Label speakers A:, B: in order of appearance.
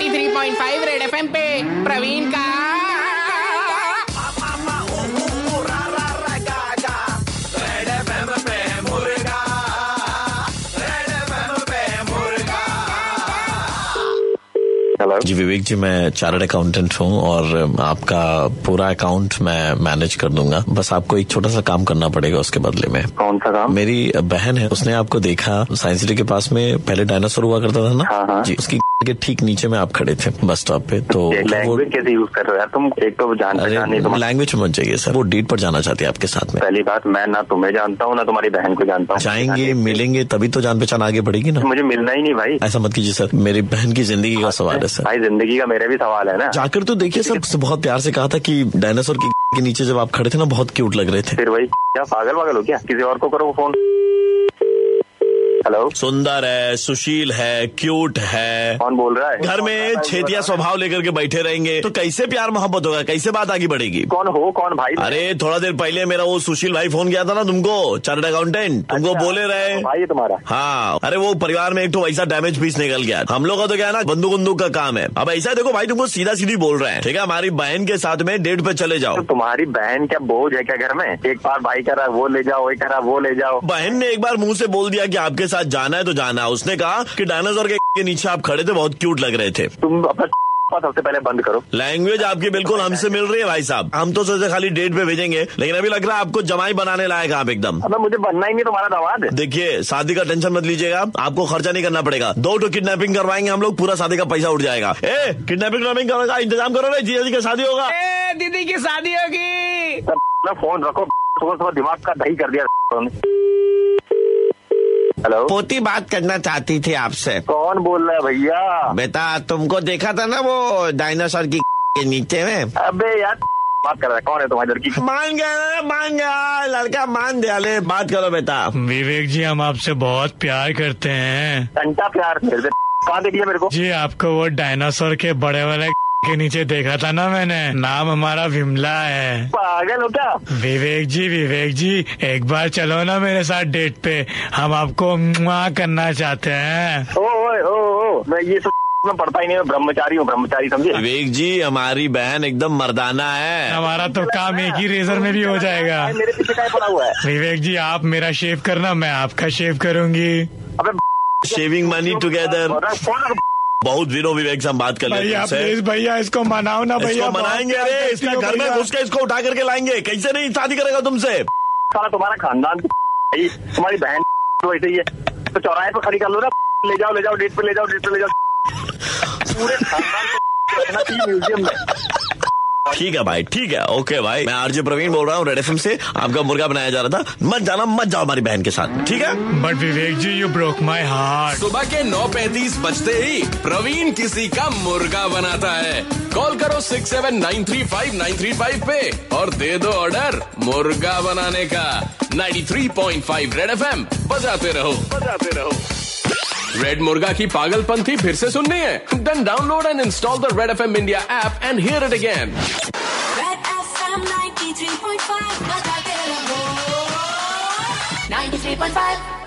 A: 101.5 Red FM पे प्रवीण का
B: hello
C: जी विवेक जी मैं चार्टर्ड अकाउंटेंट हूँ और um, आपका पूरा अकाउंट मैं मैनेज कर दूंगा बस आपको एक छोटा सा काम करना पड़ेगा उसके बदले में
B: कौन सा काम
C: मेरी बहन है उसने आपको देखा साइंस सिटी के पास में पहले डायनासोर हुआ करता था ना
B: हाँ, हाँ।
C: जी उसकी के ठीक नीचे में आप खड़े थे बस स्टॉप पे तो वो
B: लैंग्वेज कैसे यूज कर रहे हो यार तुम एक तो जान पहचान नहीं
C: अरे
B: तुम्हारी
C: लैंग्वेज मत जाइए सर वो डेट पर जाना चाहती है आपके साथ में
B: पहली बात मैं ना तुम्हें जानता हूँ ना तुम्हारी बहन को जानता हूँ
C: जाएंगे मिलेंगे तभी तो जान पहचान आगे बढ़ेगी ना
B: मुझे मिलना ही नहीं भाई
C: ऐसा मत कीजिए सर मेरी बहन की जिंदगी का सवाल है सर
B: भाई जिंदगी का मेरा भी सवाल हाँ। है ना
C: जाकर तो देखिए सर बहुत प्यार से कहा था कि डायनासोर की के नीचे जब आप खड़े थे ना बहुत क्यूट लग रहे थे
B: फिर वही क्या पागल पागल हो क्या किसी और को करो फोन हेलो
C: सुंदर है सुशील है क्यूट है
B: कौन बोल रहा है
C: घर में छेतिया स्वभाव लेकर के बैठे रहेंगे तो कैसे प्यार मोहब्बत होगा कैसे बात आगे बढ़ेगी
B: कौन हो कौन भाई
C: अरे थोड़ा देर पहले मेरा वो सुशील भाई फोन किया था ना तुमको चार्टर्ड अकाउंटेंट तुमको बोले रहे
B: अच्छा, तो भाई है तुम्हारा
C: हाँ अरे वो परिवार में एक तो वैसा डैमेज पीस निकल गया हम लोग का तो क्या है ना बंदूक बंदूक का काम है अब ऐसा देखो भाई तुमको सीधा सीधी बोल रहे हैं ठीक है हमारी बहन के साथ में डेट पे चले
B: तो
C: जाओ
B: तुम्हारी बहन क्या बोझ है क्या घर में एक बार भाई करा वो ले जाओ एक करा वो ले जाओ
C: बहन ने एक बार मुंह से बोल दिया कि आपके साथ जाना है तो जाना है उसने कहा कि डायनासोर के के नीचे आप खड़े थे बहुत क्यूट लग रहे थे
B: तुम अपना सबसे पहले बंद करो
C: लैंग्वेज आपकी बिल्कुल हमसे मिल रही है भाई साहब हम तो सोचे खाली डेट पे भेजेंगे लेकिन अभी लग रहा है आपको जमाई बनाने लायक आप एकदम
B: अबे मुझे बनना ही नहीं तुम्हारा तो दवाद
C: देखिए शादी का टेंशन मत लीजिएगा आपको खर्चा नहीं करना पड़ेगा दो तो किडनैपिंग करवाएंगे हम लोग पूरा शादी का पैसा उठ जाएगा ए किडनैपिंग करवाने का इंतजाम करो ना जी जी का शादी होगा
A: ए, दीदी की शादी होगी
B: ना फोन रखो सुबह सुबह दिमाग का दही कर दिया हेलो
D: पोती बात करना चाहती थी आपसे
B: कौन बोल रहा है भैया
D: बेटा तुमको देखा था ना वो डायनासोर की के नीचे में
B: अबे यार बात कर रहा है कौन है तुम्हारी लड़की
D: मान गया ना, मान गया लड़का मान दिया ले बात करो बेटा
E: विवेक जी हम आपसे बहुत प्यार करते हैं
B: घंटा प्यार मेरे से कहाँ देख लिया मेरे को
E: जी आपको वो डायनासोर के बड़े वाले के नीचे देखा था ना मैंने नाम हमारा विमला है
B: पागल हो क्या
E: विवेक जी विवेक जी एक बार चलो ना मेरे साथ डेट पे हम आपको मुआ करना चाहते हैं
B: ओ ओए, ओ ओ मैं ये सब में पढ़ता ही नहीं मैं ब्रह्मचारी हूँ ब्रह्मचारी समझे
C: विवेक जी हमारी बहन एकदम मर्दाना है
E: हमारा तो काम एक ही रेजर में भी हो जाएगा
B: मेरे पीछे क्या पड़ा हुआ है
E: विवेक जी आप मेरा शेव करना मैं आपका शेव करूंगी
B: अबे
C: शेविंग मनी टुगेदर
B: कौन
C: बहुत दिनों विवेक से हम बात कर लेते
E: भैया
C: हैं
E: प्लीज
C: सर।
E: भैया इसको मनाओ ना
C: इसको
E: भैया
C: मनाएंगे अरे
E: बहुत
C: इसका
E: गलती हो
C: घर में
E: भैया।
C: घुस के इसको उठा करके लाएंगे कैसे नहीं शादी करेगा तुमसे
B: साला तुम्हारा खानदान भाई, तुम्हारी बहन तो ऐसे ही है तो चौराहे पर खड़ी कर लो ना ले जाओ ले जाओ डेट पे ले जाओ डेट पे ले जाओ पूरे खानदान को रखना चाहिए म्यूजियम में
C: ठीक है भाई ठीक है ओके भाई मैं आरजे प्रवीण बोल रहा हूँ रेड एफएम से आपका मुर्गा बनाया जा रहा था मत जाना मत जाओ हमारी बहन के साथ ठीक है
E: but Vivek ji you broke my heart
F: सुबह के 9:35 बजते ही प्रवीण किसी का मुर्गा बनाता है कॉल करो 6793593 पे और दे दो ऑर्डर मुर्गा बनाने का 93.5 रेड एफएम बजाते रहो बजाते रहो रेड मुर्गा की पागलपंथी फिर से सुननी है then download and install the Red F M India app and hear it again
G: Red FM 93.5 93.5